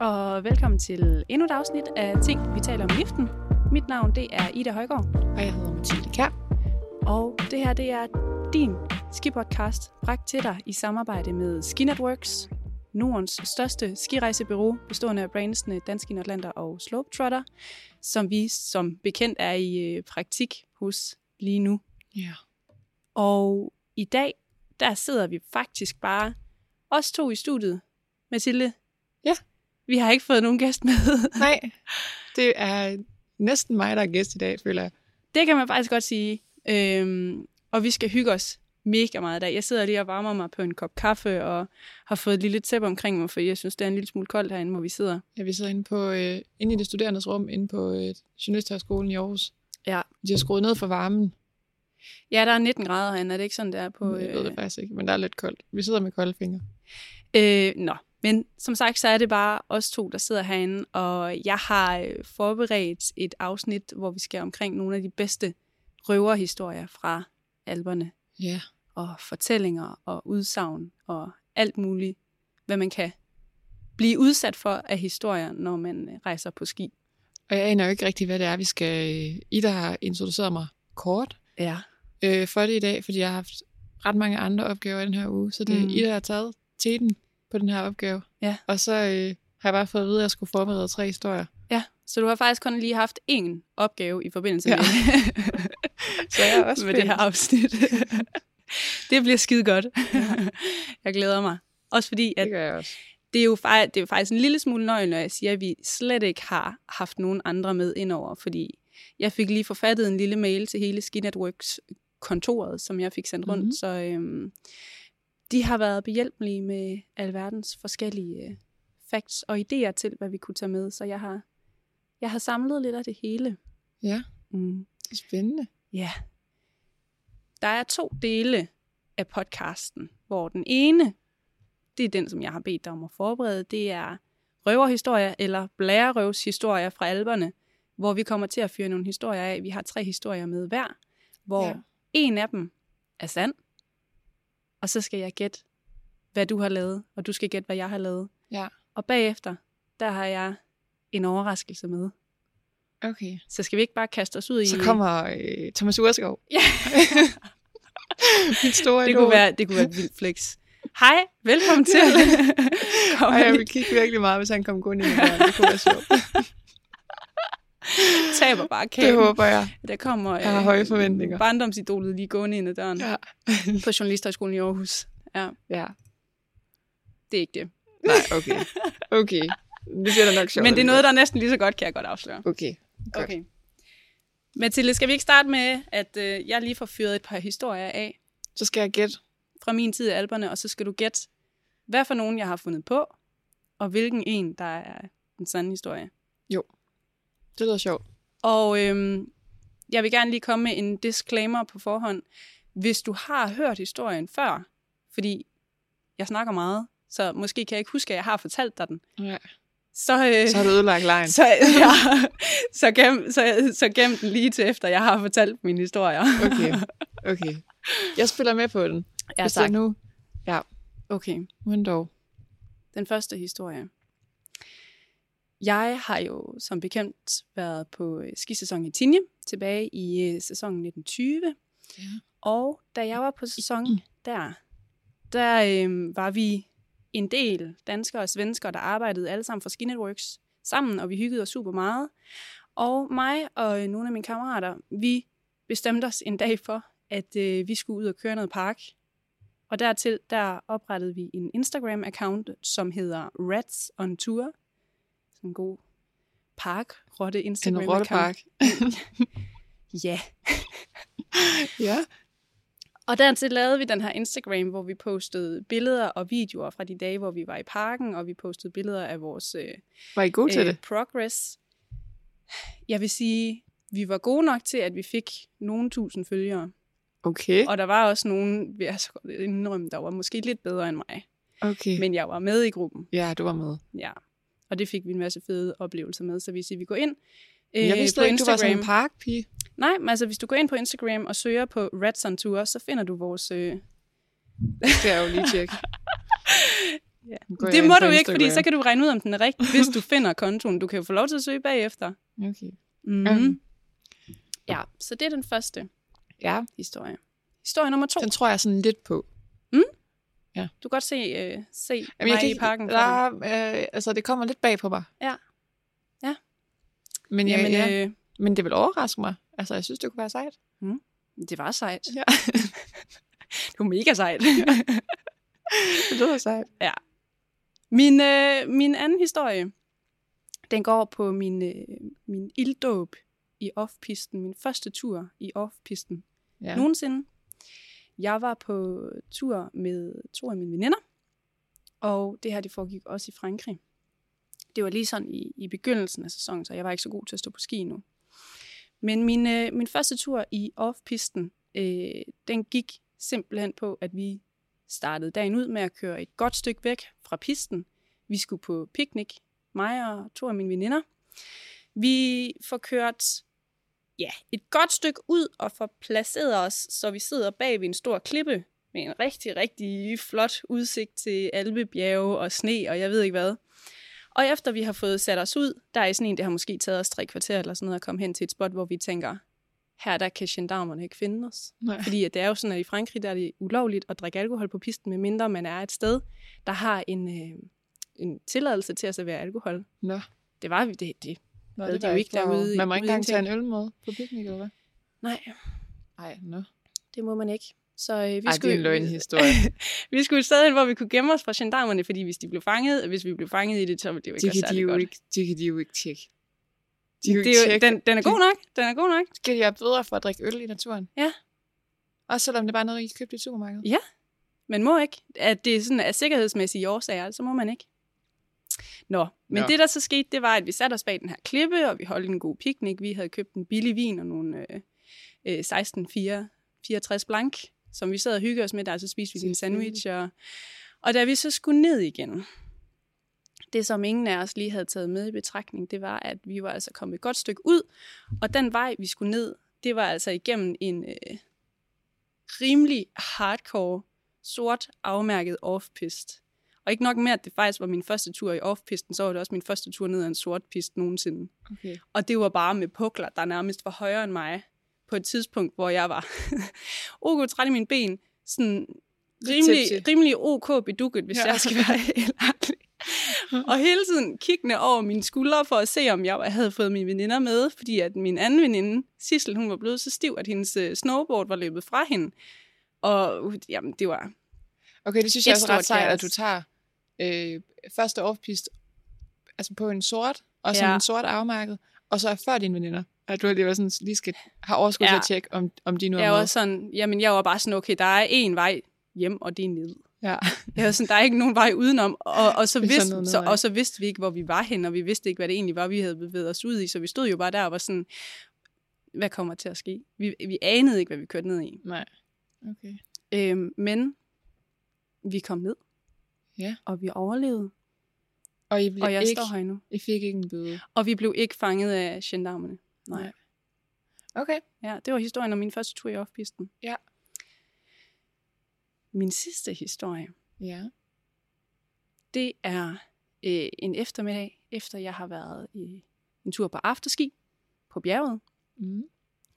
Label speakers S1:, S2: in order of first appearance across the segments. S1: og velkommen til endnu et afsnit af Ting, vi taler om liften. Mit navn det er Ida Højgaard,
S2: Og jeg hedder Mathilde Kær.
S1: og det her det er din skipodcast, bragt til dig i samarbejde med Skinatworks, Nordens største skirejsebureau, bestående af brandsene Dansk Skinatlander og Slopetrotter, som vi som bekendt er i øh, praktik hos lige nu.
S2: Ja.
S1: Og i dag, der sidder vi faktisk bare os to i studiet. Mathilde?
S2: Ja.
S1: Vi har ikke fået nogen gæst med.
S2: Nej, det er næsten mig, der er gæst i dag, føler jeg.
S1: Det kan man faktisk godt sige. Øhm, og vi skal hygge os mega meget i dag. Jeg sidder lige og varmer mig på en kop kaffe og har fået et lille tæppe omkring mig, for jeg synes, det er en lille smule koldt herinde, hvor vi sidder.
S2: Ja, vi sidder inde, på, øh, inde i det studerendes rum, inde på øh, Journalisthøjskolen i Aarhus.
S1: Ja.
S2: De har skruet ned for varmen.
S1: Ja, der er 19 grader herinde, er det ikke sådan, det er på...
S2: Jeg ved det faktisk ikke, men der er lidt koldt. Vi sidder med kolde fingre.
S1: Øh, nå, men som sagt, så er det bare os to, der sidder herinde, og jeg har øh, forberedt et afsnit, hvor vi skal omkring nogle af de bedste røverhistorier fra alberne,
S2: Ja.
S1: og fortællinger og udsagn og alt muligt, hvad man kan blive udsat for af historier, når man øh, rejser på ski.
S2: Og jeg aner jo ikke rigtigt, hvad det er, vi skal... øh, I, der har introduceret mig kort
S1: Ja.
S2: øh, for det i dag, fordi jeg har haft ret mange andre opgaver i den her uge, så det er
S1: Mm.
S2: mm. I, der har taget teten på den her opgave.
S1: Ja.
S2: Og så øh, har jeg bare fået at vide, at jeg skulle forberede tre historier.
S1: Ja, så du har faktisk kun lige haft én opgave i forbindelse
S2: Ja.
S1: med,
S2: Så jeg er også
S1: med det her
S2: spændt.
S1: afsnit. det bliver skide godt. jeg glæder mig. Også fordi, at
S2: gør jeg også.
S1: det er, jo fej- det er jo faktisk en lille smule nøgl, når jeg siger, at vi slet ikke har haft nogen andre med indover, fordi jeg fik lige forfattet en lille mail til hele Skin at Works kontoret, som jeg fik sendt rundt,
S2: Mhm.
S1: mm-hmm. så øhm, de har været behjælpelige med alverdens forskellige øh, facts og idéer til, hvad vi kunne tage med, så jeg har, jeg har samlet lidt af det hele.
S2: Ja.
S1: Mm.
S2: Det er spændende.
S1: Ja. Der er to dele af podcasten, hvor den ene, det er den, som jeg har bedt dig om at forberede, det er røverhistorier eller blærerøvshistorier fra alberne, hvor vi kommer til at fyre nogle historier af. Vi har tre historier med hver, hvor ja.
S2: Ja.
S1: en af dem er sand, og så skal jeg gætte, hvad du har lavet, og du skal gætte, hvad jeg har lavet.
S2: Ja.
S1: Og bagefter, der har jeg en overraskelse med.
S2: Okay.
S1: Så skal vi ikke bare kaste os ud i...
S2: Så kommer øh, Thomas Urskov.
S1: Ja.
S2: Min store
S1: Det
S2: idol.
S1: kunne, være, det kunne være et vildt flex. Hej, velkommen til. Kom,
S2: Ej, jeg ville kigge virkelig meget, hvis han kom kun ind i døren. Det kunne være sjovt.
S1: taber bare
S2: Det
S1: kæben.
S2: håber jeg.
S1: Der kommer øh,
S2: Jeg har høje forventninger.
S1: barndomsidolet lige gående ind ad døren ja.
S2: Ja.
S1: på Journalisthøjskolen i Aarhus. Ja,
S2: ja.
S1: det er ikke det.
S2: Nej, okay. Okay. Det bliver da nok sjovt.
S1: Men det er noget,
S2: alligevel.
S1: der næsten lige så godt, kan jeg godt afsløre.
S2: Okay. Godt.
S1: Okay. Mathilde, skal vi ikke starte med, at øh, jeg lige får fyret et par historier af
S2: Så skal jeg gætte.
S1: fra min tid i alberne, og så skal du gætte, hvad for nogen jeg har fundet på, og hvilken en, der er den sande historie.
S2: Det lyder sjovt.
S1: Og øhm, jeg vil gerne lige komme med en disclaimer på forhånd. Hvis du har hørt historien før, fordi jeg snakker meget, så måske kan jeg ikke huske, at jeg har fortalt dig den,
S2: Ja.
S1: så, øh,
S2: Så har du ødelagt lejen.
S1: så, ja, så, gem, så, så gem den lige til efter, jeg har fortalt mine historier.
S2: Okay. Okay. Jeg spiller med på den.
S1: Ja,
S2: Hvis det
S1: tak.
S2: er nu.
S1: Okay.
S2: Men dog.
S1: Den første historie. Jeg har jo som bekendt været på øh, skisæson i Tinje tilbage i øh, sæsonen 1920.
S2: Ja. Mm.
S1: Og da jeg var på sæson der, der øh, var vi en del danskere og svenskere, der arbejdede alle sammen for Ski Networks sammen, og vi hyggede os super meget. Og mig og øh, nogle af mine kammerater, vi bestemte os en dag for, at øh, vi skulle ud og køre noget park. Og dertil, der oprettede vi en Instagram-account, som hedder Rats on Tour. Sådan en god park-rotte
S2: En
S1: Instagram-account.
S2: rottepark.
S1: Ja.
S2: Ja.
S1: Og dertil lavede vi den her Instagram, hvor vi postede billeder og videoer fra de dage, hvor vi var i parken, og vi postede billeder af vores øh,
S2: Var I gode til
S1: øh,
S2: det?
S1: progress. Jeg vil sige, vi var gode nok til, at vi fik nogle tusind følgere.
S2: Okay.
S1: Og der var også nogen, vil jeg så godt indrømme, der var måske lidt bedre end mig.
S2: Okay.
S1: Men jeg var med i gruppen,
S2: Ja, du var med.
S1: ja. Og det fik vi en masse fede oplevelser med. Så hvis I vil gå ind øh,
S2: Jeg vidste
S1: på
S2: ikke, du var sådan
S1: Instagram-
S2: en parkpige.
S1: Nej, men altså hvis du går ind på Instagram og søger på Rats on Tour, så finder du vores... Øh,
S2: Det skal jeg jo lige tjekke.
S1: Ja.
S2: Gå
S1: Det
S2: ind
S1: må
S2: på
S1: du ikke,
S2: Instagram.
S1: fordi så kan du regne ud, om den er rigtig, hvis du finder kontoen. Du kan jo få lov til at søge bagefter.
S2: Okay.
S1: Mm. Ja, så det er den første
S2: Ja,
S1: historie. Historie nummer to.
S2: den tror jeg sådan lidt på.
S1: Du kan godt se, øh, se
S2: Jamen,
S1: mig i parken. for dig.
S2: der, øh, altså, det kommer lidt bag på mig.
S1: Ja. Ja.
S2: Men, jeg, Jamen,
S1: Jamen,
S2: ja.
S1: øh,
S2: men det vil overraske mig. Altså, jeg synes, det kunne være sejt.
S1: det var sejt.
S2: Ja.
S1: det var mega sejt.
S2: Det lyder sejt.
S1: Min, øh, min anden historie, den går på min, øh, min ilddåb i offpisten, min første tur i offpisten
S2: Ja.
S1: ja. nogensinde. Jeg var på tur med to af mine veninder, og det her det foregik også i Frankrig. Det var lige sådan i, i begyndelsen af sæsonen, så jeg var ikke så god til at stå på ski nu. Men min, øh, min første tur i offpisten, øh, den gik simpelthen på, at vi startede dagen ud med at køre et godt stykke væk fra pisten. Vi skulle på picnic, mig og to af mine veninder. Vi får kørt ja, et godt stykke ud og får placeret os, så vi sidder bag ved en stor klippe med en rigtig, rigtig flot udsigt til alpebjerge og sne og jeg ved ikke hvad. Og efter vi har fået sat os ud, der er sådan en, det har måske taget os tre kvarter eller sådan noget at komme hen til et spot, hvor vi tænker, her der kan gendarmerne ikke finde os.
S2: Nej.
S1: Fordi at det er jo sådan, at i Frankrig der er det ulovligt at drikke alkohol på pisten, medmindre man er et sted, der har en, øh, en tilladelse til at servere alkohol.
S2: Nå.
S1: Det var vi, det, det.
S2: Nå,
S1: Havde de
S2: var
S1: jo
S2: jeg
S1: ikke
S2: klar over.
S1: derude i-
S2: Man må ikke
S1: ude i
S2: engang tage
S1: ting.
S2: en øl med på picnic, eller hvad?
S1: Nej,
S2: Nej, nå.
S1: det må man ikke. Så øh, vi
S2: Ej, det
S1: skulle,
S2: er en løgnhistorie.
S1: vi skulle et sted hen, hvor vi kunne gemme os fra gendarmerne, fordi hvis de blev fanget, og hvis vi blev fanget i det, så ville det jo ikke
S2: det,
S1: være
S2: kan de
S1: særlig
S2: jo
S1: godt.
S2: ikke, det kan de jo ikke tjekke. De kan jo
S1: Det
S2: ikke
S1: er jo,
S2: tjekke.
S1: den, den er god nok. Den er god nok.
S2: Skal de have bøder for at drikke øl i naturen?
S1: Ja.
S2: Også selvom det bare er noget, I købte i supermarkedet?
S1: Man må ikke. At det er sådan af sikkerhedsmæssige årsager, så må man ikke. Nå, men
S2: Nå.
S1: Nå. det der så skete, det var, at vi satte os bag den her klippe, og vi holdt en god picnic. Vi havde købt en billig vin og nogle øh, øh, 1664 blank, som vi sad og hyggede os med der, så spiste vi en
S2: Selvfølgelig.
S1: sandwich. Og, og da vi så skulle ned igen, det som ingen af os lige havde taget med i betragtning, det var, at vi var altså kommet et godt stykke ud, og den vej, vi skulle ned, det var altså igennem en øh, rimelig hardcore, sort, afmærket offpist. Og ikke nok med, at det faktisk var min første tur i offpisten, så var det også min første tur ned ad en sort pist nogensinde.
S2: Okay.
S1: Og det var bare med pukler, der nærmest var højere end mig, på et tidspunkt, hvor jeg var ok træt i mine ben, sådan rimelig,
S2: tipsy.
S1: rimelig ok bedukket, hvis
S2: Ja.
S1: ja. jeg skal være helt ærlig. Og hele tiden kiggende over mine skuldre for at se, om jeg havde fået mine veninder med, fordi at min anden veninde, Sissel, hun var blevet så stiv, at hendes øh, snowboard var løbet fra hende. Og uh, jamen, det var...
S2: Okay, det
S1: Et
S2: synes jeg også er ret
S1: stort
S2: sejt, at
S1: kaos.
S2: du tager øh, første offpist altså på en sort, og så
S1: Ja.
S2: en sort afmærket, og så er før dine veninder, at du alligevel sådan, lige skal have overskud til
S1: Ja.
S2: at tjekke, om, om de nu er
S1: Jeg
S2: med.
S1: var sådan, jamen, jeg var bare sådan, okay, der er én vej hjem, og det er ned.
S2: Ja.
S1: Jeg var sådan, der er ikke nogen vej udenom, og, og, så
S2: Det er sådan
S1: vidste,
S2: noget
S1: så,
S2: nedad.
S1: og så vidste vi ikke, hvor vi var henne, og vi vidste ikke, hvad det egentlig var, vi havde bevæget os ud i, så vi stod jo bare der og var sådan, hvad kommer til at ske? Vi, vi anede ikke, hvad vi kørte ned i.
S2: Nej. Okay.
S1: Øhm, men vi kom ned,
S2: Ja.
S1: og vi overlevede,
S2: Og I, blev
S1: og jeg
S2: ikke,
S1: står her nu.
S2: I fik ikke en bøde.
S1: Og vi blev ikke fanget af gendarmerne. Nej.
S2: Nej. Okay.
S1: Ja, det var historien om min første tur i offpisten.
S2: Ja.
S1: Min sidste historie,
S2: Ja.
S1: det er øh, en eftermiddag, efter jeg har været i en tur på afterski på bjerget.
S2: Mm.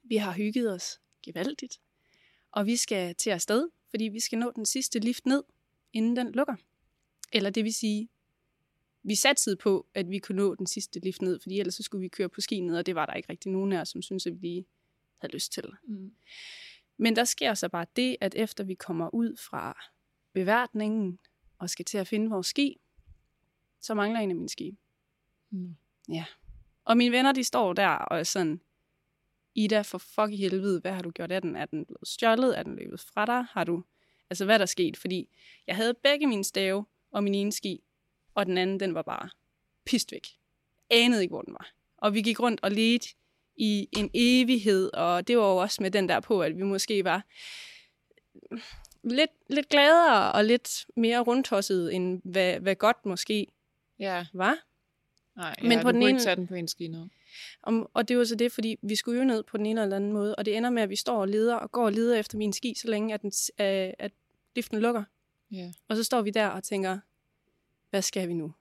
S1: Vi har hygget os gevaldigt, og vi skal til afsted, fordi vi skal nå den sidste lift ned, inden den lukker. Eller det vil sige, vi satsede på, at vi kunne nå den sidste lift ned, fordi ellers så skulle vi køre på ski ned, og det var der ikke rigtig nogen af os, som syntes, at vi lige havde lyst til.
S2: Mm.
S1: Men der sker så bare det, at efter vi kommer ud fra beværtningen og skal til at finde vores ski, så mangler en af mine ski.
S2: Mm.
S1: Og mine venner, de står der og er sådan, Ida, for fuck i helvede, hvad har du gjort af den? Er den blevet stjålet? Er den løbet fra dig? Har du... Altså, hvad er der sket? Fordi jeg havde begge mine stave og min ene ski, og den anden, den var bare pist væk. Anede ikke, hvor den var. Og vi gik rundt og ledte i en evighed, og det var jo også med den der på, at vi måske var lidt, lidt gladere og lidt mere rundtosset, end hvad, hvad godt måske
S2: Ja.
S1: var.
S2: Nej,
S1: Men
S2: ja,
S1: på
S2: du
S1: den
S2: kunne
S1: ene-
S2: ikke tage den på en skine.
S1: Om, og det var så det, fordi vi skulle jo ned på den ene eller anden måde, og det ender med, at vi står og leder og går og leder efter min ski, så længe at, den, s- øh, at liften lukker.
S2: Ja.
S1: Og så står vi der og tænker, hvad skal vi nu?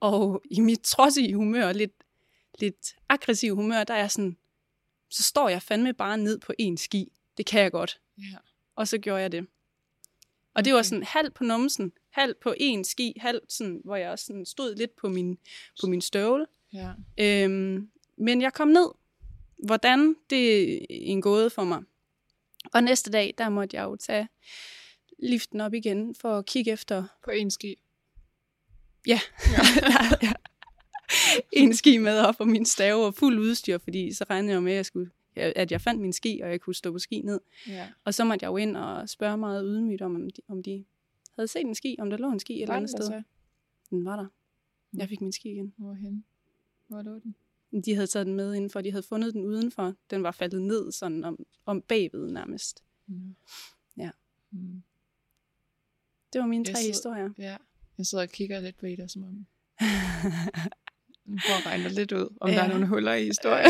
S1: Og i mit trodsige humør, lidt, lidt aggressiv humør, der er jeg sådan, så står jeg fandme bare ned på en ski. Det kan jeg godt.
S2: Ja.
S1: Og så gjorde jeg det. Og det var
S2: Okay.
S1: sådan halv på numsen, halv på en ski, halv sådan, hvor jeg også sådan stod lidt på min, på min støvle.
S2: ja.
S1: Øhm, men jeg kom ned. Hvordan, det er en gåde for mig. Og næste dag, der måtte jeg jo tage liften op igen for at kigge efter
S2: På en ski.
S1: en ski med op og min stave og fuld udstyr, fordi så regnede jeg med, at jeg, skulle, at jeg fandt min ski, og jeg kunne stå på ski ned.
S2: Ja.
S1: Og så måtte jeg jo ind og spørge meget ydmygt om, om de, om de havde set en ski, om der lå en ski et eller andet sted. Den var der. Jeg fik min ski igen.
S2: Hvorhen? Hvor lå den?
S1: De havde taget den med indenfor, de havde fundet den udenfor. Den var faldet ned sådan om, om bagved nærmest.
S2: Mm.
S1: Ja.
S2: Mm.
S1: Det var mine
S2: Jeg
S1: tre
S2: sidder-
S1: historier.
S2: Ja. Jeg sidder og kigger lidt på Ida, som om... Nu prøver at regne lidt ud, om ja. der er
S1: Ja.
S2: nogle huller i historien.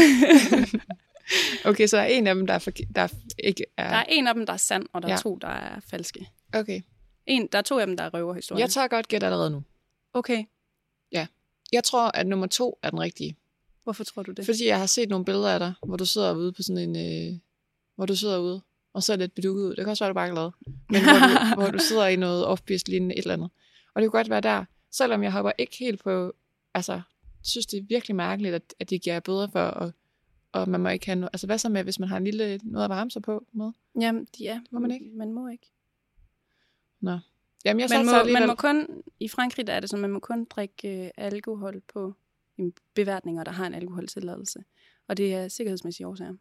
S2: okay, så der er en af dem, der er, forke- der er ikke
S1: der
S2: er...
S1: er en af dem, der er sand, og der er
S2: Ja.
S1: to, der er falske.
S2: Okay.
S1: En, der er to af dem, der er røverhistorier.
S2: Jeg tager godt gæt allerede nu.
S1: okay,
S2: Jeg tror, at nummer to er den rigtige.
S1: hvorfor tror du det?
S2: Fordi jeg har set nogle billeder af dig, hvor du sidder ude på sådan en... Øh, hvor du sidder ude og ser lidt bedukket ud. Det kan også være, du bare er glad. Men hvor du, hvor du sidder i noget offbeast lignende et eller andet. Og det kunne godt være der, selvom jeg hopper ikke helt på... Altså, synes det er virkelig mærkeligt, at, at de giver bøder for, og, og man må ikke have... No, altså, hvad så med, hvis man har en lille noget at varme sig på med?
S1: Jamen, ja,
S2: må man ikke.
S1: Man må ikke.
S2: Jamen,
S1: Man
S2: jeg satser
S1: må,
S2: alligevel-
S1: man må kun, I Frankrig der er det sådan, man må kun drikke øh, alkohol på jamen, beværtninger, der har en alkoholtilladelse. Og det er sikkerhedsmæssige årsager.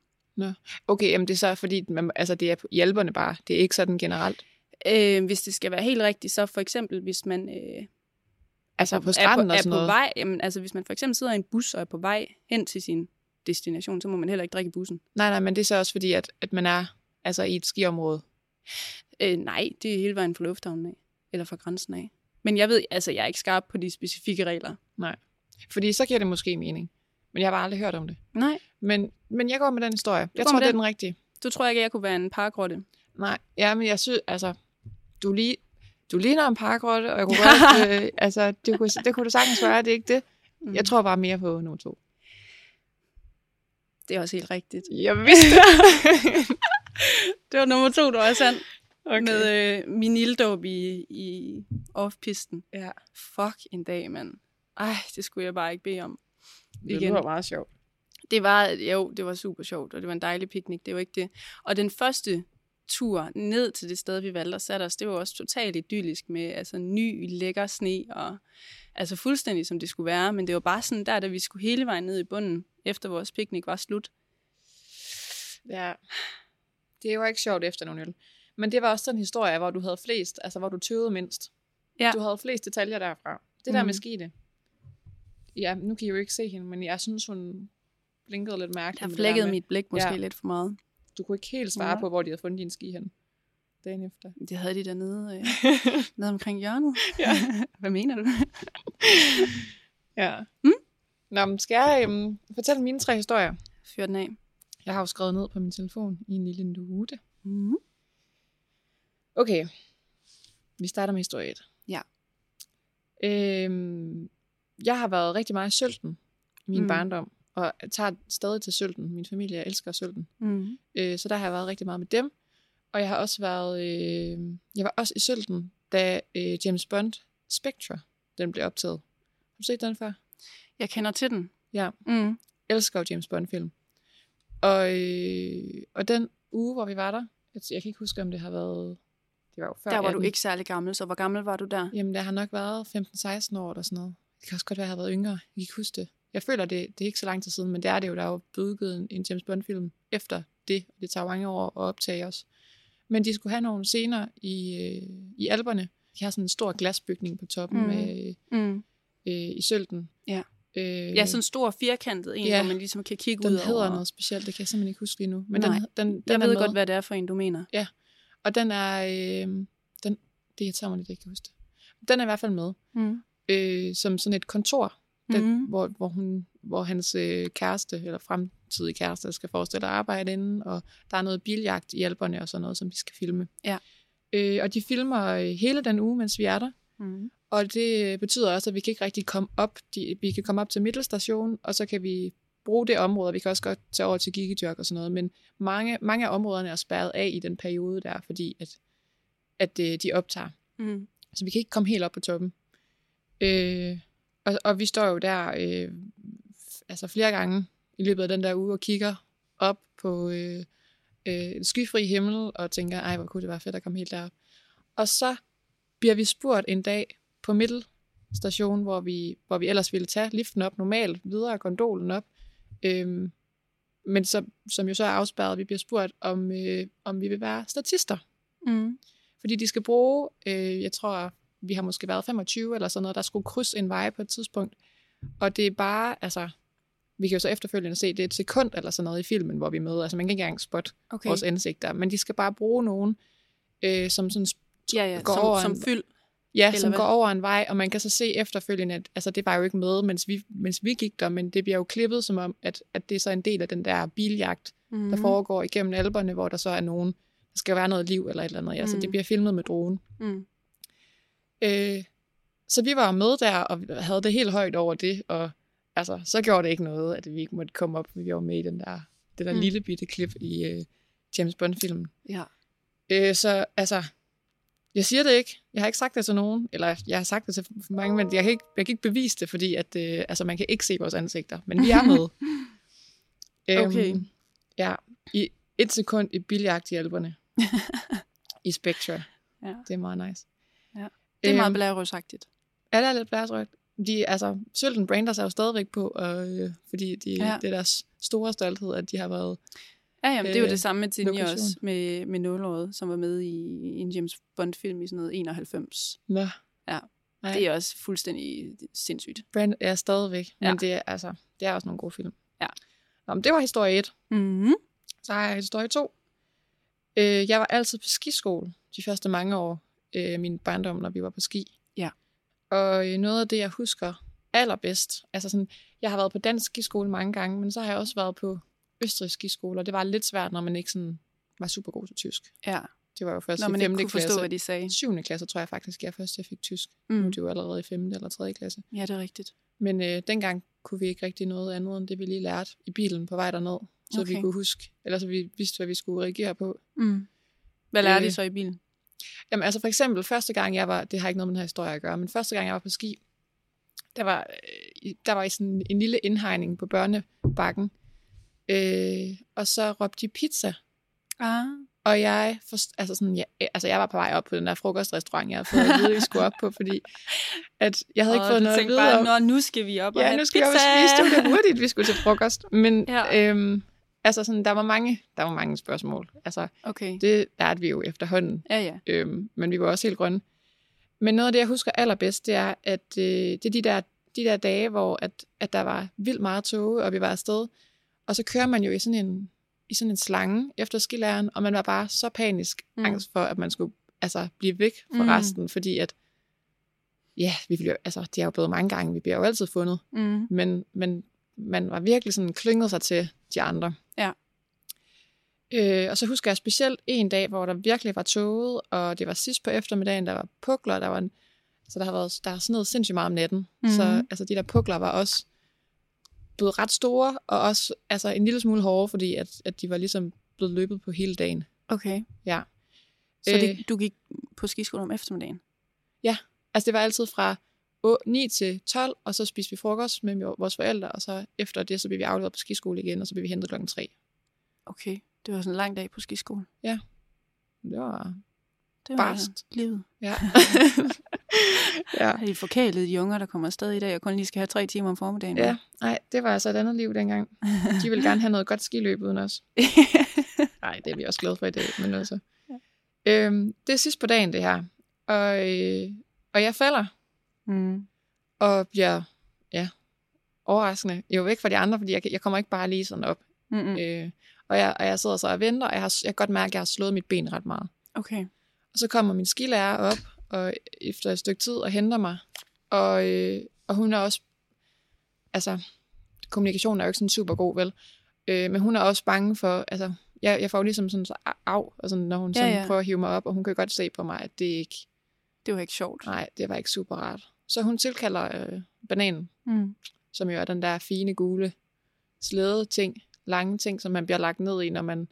S2: Okay, jamen det er så, fordi man, altså, det er hjælperne bare. Det er ikke sådan generelt.
S1: Øh, hvis det skal være helt rigtigt, så for eksempel, hvis man øh,
S2: Altså på
S1: er, på,
S2: stranden og
S1: er
S2: sådan
S1: på
S2: noget.
S1: vej, jamen, altså hvis man for eksempel sidder i en bus og er på vej hen til sin destination, så må man heller ikke drikke i bussen.
S2: Nej, nej, men det er så også fordi, at, at man er altså, i et skiområde.
S1: Øh, nej, det er hele vejen fra lufthavnen af, eller fra grænsen af. Men jeg ved, altså jeg er ikke skarp på de specifikke regler.
S2: Fordi så giver det måske mening. Men jeg har bare aldrig hørt om det.
S1: Nej,
S2: Men, men jeg går med den historie. Jeg
S1: går
S2: tror,
S1: med
S2: det er
S1: den.
S2: den rigtige.
S1: du tror ikke, at jeg kunne være en parkrotte.
S2: Nej, ja, men jeg synes, altså, du, lige, du ligner en parkrotte, og jeg kunne godt, øh, altså, det kunne, det kunne du sagtens være, det er ikke det.
S1: Mm.
S2: Jeg tror bare mere på nummer to.
S1: Det er også helt rigtigt.
S2: Jeg vidste det.
S1: Det var nummer to, der var sand.
S2: okay.
S1: med øh, min ilddåb i, i off-pisten.
S2: ja.
S1: Fuck en dag, mand. Ej, det skulle jeg bare ikke bede om.
S2: Det
S1: Igen.
S2: lyder meget sjovt.
S1: Det var, jo, det var super sjovt, og det var en dejlig picnic, det var ikke det. Og den første tur ned til det sted, vi valgte at sætte os, det var også totalt idyllisk med altså, ny, lækker sne, og altså fuldstændig som det skulle være, men det var bare sådan der, da vi skulle hele vejen ned i bunden, efter vores picnic var slut.
S2: Ja. Det var ikke sjovt efter nogen øl. Men det var også den historie, hvor du havde flest, altså hvor du tøvede mindst.
S1: Ja.
S2: Du havde flest detaljer derfra. Det der
S1: Mhm.
S2: med skide. Ja, nu kan I jo ikke se hende, men jeg synes, hun blinkede lidt mærkeligt.
S1: Der
S2: med det
S1: flækkede
S2: der med-
S1: mit blik måske
S2: Ja.
S1: ja. lidt for meget.
S2: Du kunne ikke helt svare
S1: Ja.
S2: på, hvor de havde fundet din ski hen. Dagen efter.
S1: Det havde de dernede, øh, nede omkring hjørnet.
S2: Ja.
S1: Hvad mener du?
S2: ja.
S1: Mm.
S2: Nå, men skal jeg øhm, fortælle mine tre historier?
S1: Fyr den af.
S2: Jeg har jo skrevet ned på min telefon i en lille note.
S1: Mm.
S2: Okay. Vi starter med historie 1.
S1: Ja.
S2: Øhm, jeg har været rigtig meget i Sølten i min
S1: Mm.
S2: mm. barndom, og tager stadig til Sølten. Min familie elsker Sølten.
S1: Mm.
S2: Øh, så der har jeg været rigtig meget med dem. Og jeg har også været, øh, jeg var også i Sølten, da øh, James Bond Spectre, den blev optaget. Har du set den før?
S1: Jeg kender til den.
S2: Ja.
S1: Mm.
S2: elsker jo James Bond-film. Og, øh, og den uge, hvor vi var der, jeg, jeg kan ikke huske, om det har været... Det var jo før
S1: Der var du
S2: 18.
S1: ikke særlig gammel, så hvor gammel var du der?
S2: Jamen, der har nok været 15-16 år eller sådan noget. Det kan også godt være, at jeg har været yngre. Jeg kan ikke huske det. Jeg føler, det, det er ikke så lang tid siden, men det er det jo. Der er jo blevet udgivet en, en James Bond-film efter det, og det tager mange år at optage også. Men de skulle have nogle scener i, øh, i alberne. De har sådan en stor glasbygning på toppen
S1: Mhm.
S2: mm. øh,
S1: Mm.
S2: øh, i Sølten.
S1: Ja.
S2: Øh,
S1: Ja, sådan en stor firkantet en,
S2: Ja.
S1: hvor man ligesom kan kigge
S2: den
S1: ud
S2: hedder
S1: over.
S2: noget specielt, det kan jeg simpelthen ikke huske lige nu. Men
S1: Nej,
S2: den, den, den
S1: Jeg
S2: er
S1: ved
S2: med.
S1: godt, hvad det er for en, du mener.
S2: Og den er... Øh, den, det irriterer mig lidt, jeg ikke kan huske det. Den er i hvert fald med.
S1: Mm.
S2: Øh, som sådan et kontor, den, mm-hmm.
S1: Mm.
S2: hvor, hvor, hun, hvor hans øh, kæreste, eller fremtidige kæreste, skal forestille at arbejde inden. Og der er noget biljagt i alberne og sådan noget, som de skal filme.
S1: Ja.
S2: Øh, og de filmer øh, hele den uge, mens vi er der.
S1: Mm.
S2: Og det betyder også, at vi kan ikke rigtig komme op. De, vi kan komme op til middelstation, og så kan vi bruge det område. Vi kan også godt tage over til Gigijok og sådan noget, men mange, mange af områderne er spærret af i den periode der, fordi at, at det, de optager.
S1: Mm.
S2: Så Altså, vi kan ikke komme helt op på toppen. Øh, og, og vi står jo der øh, f- altså flere gange i løbet af den der uge og kigger op på øh, øh, en skyfri himmel og tænker, ej, hvor kunne det være fedt at komme helt derop. Og så bliver vi spurgt en dag på middelstation, hvor vi, hvor vi ellers ville tage liften op normalt, videre gondolen op, øhm, men som, som jo så er afspærret, vi bliver spurgt, om, øh, om vi vil være statister.
S1: Mm.
S2: Fordi de skal bruge, øh, jeg tror, vi har måske været 25 eller sådan noget, der skulle krydse en vej på et tidspunkt. Og det er bare, altså, vi kan jo så efterfølgende se, det er et sekund eller sådan noget i filmen, hvor vi møder. Altså, man kan ikke engang spotte okay.
S1: Okay.
S2: vores ansigter, men de skal bare bruge nogen, øh, som sådan
S1: ja, ja,
S2: går
S1: som,
S2: over
S1: som
S2: en-
S1: fyld.
S2: Ja,
S1: Eller
S2: som
S1: hvad?
S2: går over en vej, og man kan så se efterfølgende, at altså, det var jo ikke med, mens vi, mens vi gik der, men det bliver jo klippet som om, at, at det er så en del af den der biljagt,
S1: Mm.
S2: mm. der foregår igennem alberne, hvor der så er nogen, der skal være noget liv eller et eller andet. Ja, så
S1: Mm.
S2: det bliver filmet med dronen.
S1: Mm.
S2: Øh, så vi var jo med der, og havde det helt højt over det, og altså, så gjorde det ikke noget, at vi ikke måtte komme op, for vi var med i den der, det der
S1: Mm.
S2: mm. lille bitte klip i øh, James Bond-filmen.
S1: Ja.
S2: Øh, så altså, jeg siger det ikke. Jeg har ikke sagt det til nogen, eller jeg har sagt det til for mange, men jeg kan ikke, jeg kan ikke bevise det, fordi at, øh, altså, man kan ikke se vores ansigter, men vi er med.
S1: Okay.
S2: Øhm, ja, i et sekund i biljagt i alberne. I Spectra.
S1: Ja.
S2: Det er meget nice.
S1: Ja. Det er meget
S2: Øhm,
S1: blærerøvsagtigt.
S2: Ja, det er lidt blærerøgt. De, altså, Sølten brander sig jo stadigvæk på, og, øh, fordi de,
S1: Ja.
S2: ja. det er deres store stolthed, at de har været...
S1: Ja, jamen, det er jo
S2: øh,
S1: det samme med Tinja
S2: lokation.
S1: også, med, med nålåret, som var med i, i en James Bond-film i sådan noget 91.
S2: Nå,
S1: Ja.
S2: Ja.
S1: Det er også fuldstændig sindssygt.
S2: brand er stadigvæk,
S1: Ja.
S2: men det er, altså, det er også nogle gode film.
S1: Ja.
S2: Nå, men det var historie 1.
S1: Mm-hmm.
S2: Så har jeg historie 2. Øh, jeg var altid på skiskole de første mange år øh, af min barndom, når vi var på ski.
S1: Ja.
S2: Og øh, noget af det, jeg husker allerbedst, altså sådan, jeg har været på dansk skiskole mange gange, men så har jeg også været på østrigsk skiskole, og det var lidt svært, når man ikke sådan var super god til tysk.
S1: Ja,
S2: Det var jo først
S1: når
S2: Altså, i
S1: man ikke
S2: 5.
S1: kunne
S2: klasse.
S1: forstå, hvad de sagde.
S2: 7. klasse tror jeg faktisk, jeg først jeg fik tysk. Nu er
S1: Mm.
S2: det jo allerede i 5. eller 3. klasse.
S1: Ja, det er rigtigt.
S2: Men øh, dengang kunne vi ikke rigtig noget andet, end det vi lige lærte i bilen på vej derned, så
S1: Okay.
S2: vi kunne huske, eller så vi vidste, hvad vi skulle reagere på.
S1: Mm. Hvad lærer de
S2: Øh,
S1: så i bilen?
S2: Jamen altså for eksempel, første gang jeg var, det har ikke noget med den her historie at gøre, men første gang jeg var på ski, der var, øh, i- der var i sådan en lille indhegning på børnebakken, øh, og så råbte de pizza.
S1: Ah.
S2: Og jeg, forst- altså, sådan, jeg, altså jeg var på vej op på den der frokostrestaurant, jeg havde fået at vide, vi skulle op på, fordi at jeg havde ikke fået noget at vide om.
S1: Nå, nu skal vi op og
S2: Ja,
S1: have
S2: nu skal
S1: pizza.
S2: pizza. jeg også spise. Det var lidt hurtigt, vi skulle til frokost. Men
S1: Ja.
S2: ja. øhm, altså sådan, der, var mange, der var mange spørgsmål. Altså,
S1: Okay.
S2: det lærte vi jo efterhånden
S1: Ja, ja.
S2: øhm, men vi var også helt grønne. Men noget af det, jeg husker allerbedst, det er, at øh, det er de der, de der dage, hvor at, at der var vildt meget tåge, og vi var afsted. Og så kører man jo i sådan en, i sådan en slange efter skilæreren, og man var bare så panisk
S1: Mm.
S2: mm. angst for, at man skulle altså, blive væk fra
S1: Mm.
S2: mm. resten, fordi at, ja, vi bliver, altså, det er jo blevet mange gange, vi bliver jo altid fundet
S1: Mm.
S2: men, men man var virkelig sådan klynget sig til de andre.
S1: Ja.
S2: Øh, og så husker jeg specielt en dag, hvor der virkelig var tåget, og det var sidst på eftermiddagen, der var pukler, og der var en, så der har været der har sneet sindssygt meget om natten.
S1: Mhm.
S2: Mm-hmm. Så altså, de der pukler var også blevet ret store, og også altså, en lille smule hårde, fordi at, at de var ligesom blevet løbet på hele dagen.
S1: Okay.
S2: Ja.
S1: Så det,
S2: Øh.
S1: du gik på skiskole om eftermiddagen?
S2: Altså det var altid fra å- 9 til 12, og så spiste vi frokost med jo- vores forældre, og så efter det, så blev vi afleveret på skiskole igen, og så blev vi hentet klokken 3.
S1: Okay. Det var sådan en lang dag på skiskole.
S2: Det var
S1: Det var altså
S2: Barst.
S1: livet.
S2: Ja. ja.
S1: Har de forkælet de unger, der kommer afsted i dag, og kun lige skal have tre timer om formiddagen?
S2: Ja, nej, det var altså et andet liv dengang. De ville gerne have noget godt skiløb uden os. Nej, det er vi også glade for i dag, men altså. Øhm, det er sidst på dagen, det her. Og, øh, og jeg falder,
S1: mm.
S2: og bliver, ja, overraskende. Jo, væk fra de andre, fordi jeg, kan- jeg kommer ikke bare lige sådan op.
S1: Mm-mm.
S2: Øh, og, jeg, og jeg sidder så og venter, og jeg, har, jeg kan godt mærke, at jeg har slået mit ben ret meget.
S1: Okay.
S2: Og så kommer min skilærer op og efter et stykke tid og henter mig. Og, øh, og hun er også... Altså, kommunikationen er jo ikke sådan super god, vel? Øh, men hun er også bange for... Altså, jeg, jeg får jo ligesom sådan så au, og sådan, når hun
S1: Ja,
S2: sådan
S1: ja.
S2: prøver at hive mig op, og hun kan godt se på mig, at det er ikke...
S1: Det Det var ikke sjovt.
S2: Nej, det var ikke super rart. Så hun tilkalder øh, bananen,
S1: Mm.
S2: som jo er den der fine gule slæde ting, lange ting, som man bliver lagt ned i, når man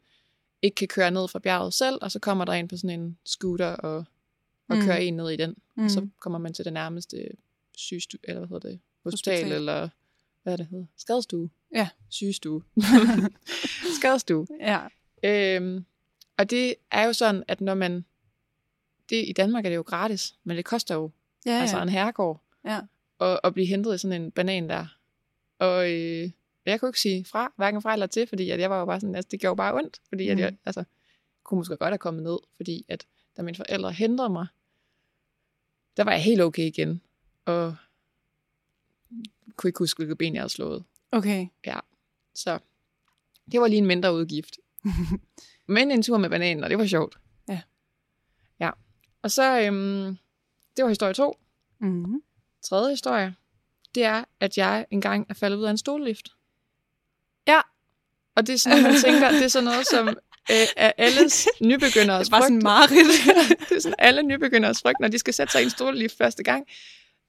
S2: ikke kan køre ned fra bjerget selv, og så kommer der en på sådan en scooter og, og
S1: Mm.
S2: mm. kører en ned i den.
S1: Mm.
S2: Mm. Så kommer man til det nærmeste sygestu, eller hvad hedder det, hospital,
S1: Hospital.
S2: hospital. eller hvad er det hedder, skadestue.
S1: Ja.
S2: Sygestue. skadestue.
S1: Ja.
S2: Øhm, og det er jo sådan, at når man... Det, I Danmark er det jo gratis, men det koster jo
S1: Ja, ja.
S2: altså en herregård,
S1: Ja.
S2: og, og blive hentet i sådan en banan der. Og øh, jeg kunne ikke sige fra, hverken fra eller til, fordi at jeg var jo bare sådan, altså, det gjorde bare ondt, fordi at
S1: Mm.
S2: jeg altså, kunne måske godt have kommet ned, fordi at da mine forældre hentede mig, der var jeg helt okay igen, og kunne ikke huske, hvilket ben jeg havde slået.
S1: Okay.
S2: Så det var lige en mindre udgift. Men en tur med bananen, og det var sjovt.
S1: Ja.
S2: Ja. Og så, øhm, det var historie 2.
S1: Mm.
S2: Tredje historie, det er, at jeg engang er faldet ud af en stollift.
S1: Ja.
S2: Og det er sådan, man tænker, det er sådan noget, som øh, er alles nybegynderes
S1: Det var
S2: frygt.
S1: sådan mareridt.
S2: det er sådan alle nybegynderes frygt, når de skal sætte sig i en stollift første gang.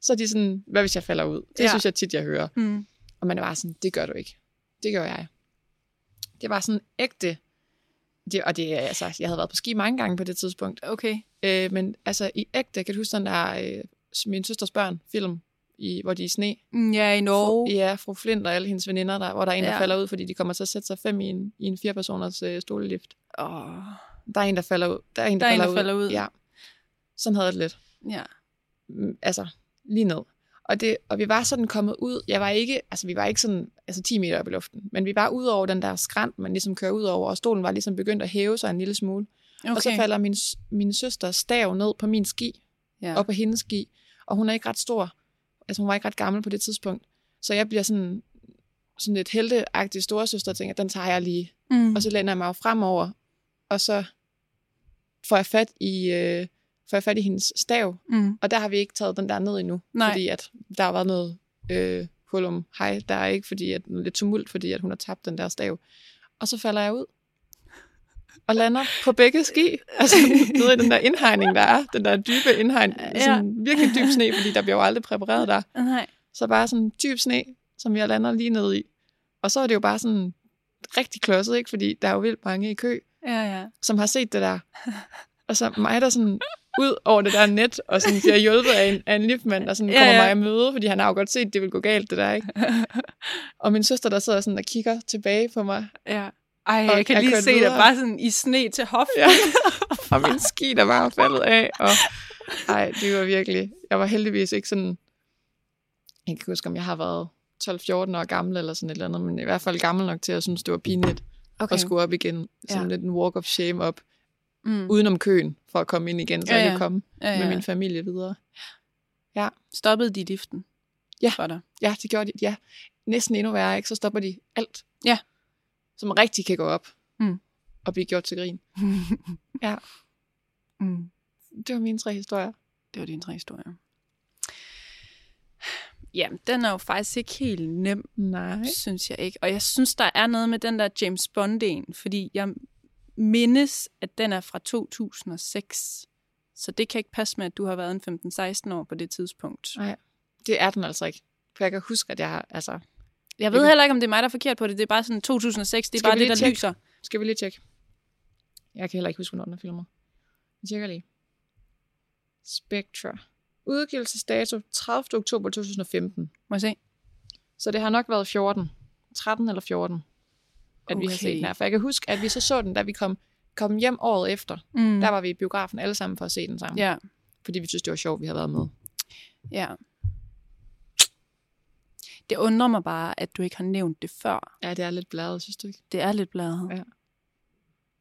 S2: Så er de sådan, hvad hvis jeg falder ud? Det
S1: Ja.
S2: ja. synes jeg tit, jeg hører.
S1: mm.
S2: Og man er bare sådan, det gør du ikke. Det gør jeg. Det var sådan ægte. Det, og det er altså, jeg havde været på ski mange gange på det tidspunkt.
S1: Okay.
S2: Øh, men altså i ægte, kan du huske den der øh, min søsters børn film, i, hvor de er i sne?
S1: Mm, Ja, i Norge.
S2: Fru, ja, fru Flint og alle hendes veninder, der, hvor der er en, der
S1: Ja.
S2: ja. falder ud, fordi de kommer til at sætte sig fem i en, i en firepersoners øh, stolelift.
S1: Åh.
S2: Der er en, der falder ud. Der er en,
S1: Der
S2: der,
S1: er en,
S2: falder,
S1: der
S2: ud.
S1: falder ud.
S2: Ja. Sådan havde jeg det lidt.
S1: Ja.
S2: Mm, altså, lige ned. Og, det, og vi var sådan kommet ud, jeg var ikke, altså vi var ikke sådan, altså 10 meter op i luften, men vi var ud over den der skrant, man ligesom kører ud over, og stolen var ligesom begyndt at hæve sig en lille smule.
S1: Okay.
S2: Okay. Og så falder min, s- min søsters stav ned på min ski,
S1: ja.
S2: ja. op på hendes ski, og hun er ikke ret stor, altså hun var ikke ret gammel på det tidspunkt, så jeg bliver sådan, sådan lidt helteagtig storesøster og tænker, den tager jeg lige.
S1: Mm.
S2: Og så læner jeg mig jo fremover, og så får jeg fat i, øh, får jeg fat i hendes stav,
S1: mm.
S2: og der har vi ikke taget den der ned endnu,
S1: Nej.
S2: fordi at der har været noget øh, hul om hej, der er ikke, fordi at lidt tumult, fordi at hun har tabt den der stav. Og så falder jeg ud og lander på begge ski, altså nede i den der indhegning, der er, den der dybe indhegning,
S1: Ja.
S2: ja. sådan virkelig dyb sne, fordi der bliver jo aldrig præpareret der.
S1: Nej.
S2: Så bare sådan dyb sne, som jeg lander lige ned i. Og så er det jo bare sådan rigtig klodset, ikke? fordi der er jo vildt mange i kø
S1: Ja, ja.
S2: som har set det der. Og så mig, der sådan ud over det der net, og sådan bliver hjulpet af en, af en liftmand, der sådan
S1: Ja,
S2: kommer ja,
S1: ja.
S2: ja. mig i møde, fordi han har jo godt set, det vil gå galt, det der, ikke? Og min søster, der sidder sådan og kigger tilbage på mig,
S1: ja. Ej,
S2: Og
S1: jeg kan
S2: er
S1: lige
S2: kørt
S1: se dig
S2: videre.
S1: bare sådan i sne til hoften.
S2: ja. og min ski, der var faldet af, og ej, det var virkelig, jeg var heldigvis ikke sådan, jeg kan ikke huske, om jeg har været 12-14 år gammel eller sådan et eller andet, men i hvert fald gammel nok til at synes, det var pinligt okay. at skulle op igen, sådan
S1: Ja.
S2: lidt en walk of shame op,
S1: Mm.
S2: udenom køen, for at komme ind igen,
S1: Ja,
S2: så ja, ja. jeg
S1: ja.
S2: kunne komme.
S1: ja,
S2: ja.
S1: ja.
S2: med min familie videre.
S1: Stoppede de liften?
S2: Ja.
S1: For dig?
S2: Ja, det gjorde de. Ja, næsten endnu værre, ikke? Så stopper de alt.
S1: Ja.
S2: Som rigtig kan gå op
S1: Mm.
S2: og blive gjort til grin. Ja.
S1: mm.
S2: Det var mine tre historier.
S1: Det var dine tre historier. Ja, den er jo faktisk ikke helt nem,
S2: Nej.
S1: synes jeg ikke. Og jeg synes, der er noget med den der James bond en, fordi jeg mindes, at den er fra 2006. Så det kan ikke passe med, at du har været en 15-16 år på det tidspunkt.
S2: Det er den altså ikke. For jeg kan huske, at jeg har... Altså,
S1: Jeg ved
S2: Okay.
S1: heller ikke, om det er mig, der er forkert på det. Det er bare sådan 2006, det er
S2: Skal
S1: bare
S2: vi
S1: det,
S2: lige
S1: der
S2: tjekke?
S1: lyser.
S2: skal vi lige tjekke? Jeg kan heller ikke huske, hvornår den er filmet. Jeg tjekker lige. Spectra. Udgivelsesdato 30. oktober 2015.
S1: Må jeg se?
S2: Så det har nok været 14. 13 eller 14, at vi har set den her. For jeg kan huske, at vi så så den, da vi kom, kom hjem året efter.
S1: Mm.
S2: Der var vi i biografen alle sammen for at se den sammen.
S1: Ja,
S2: Fordi vi synes, det var sjovt, vi havde været med.
S1: ja. Det undrer mig bare, at du ikke har nævnt det før.
S2: Ja, det er lidt bladet, synes du ikke?
S1: Det er lidt bladet.
S2: Ja. Jeg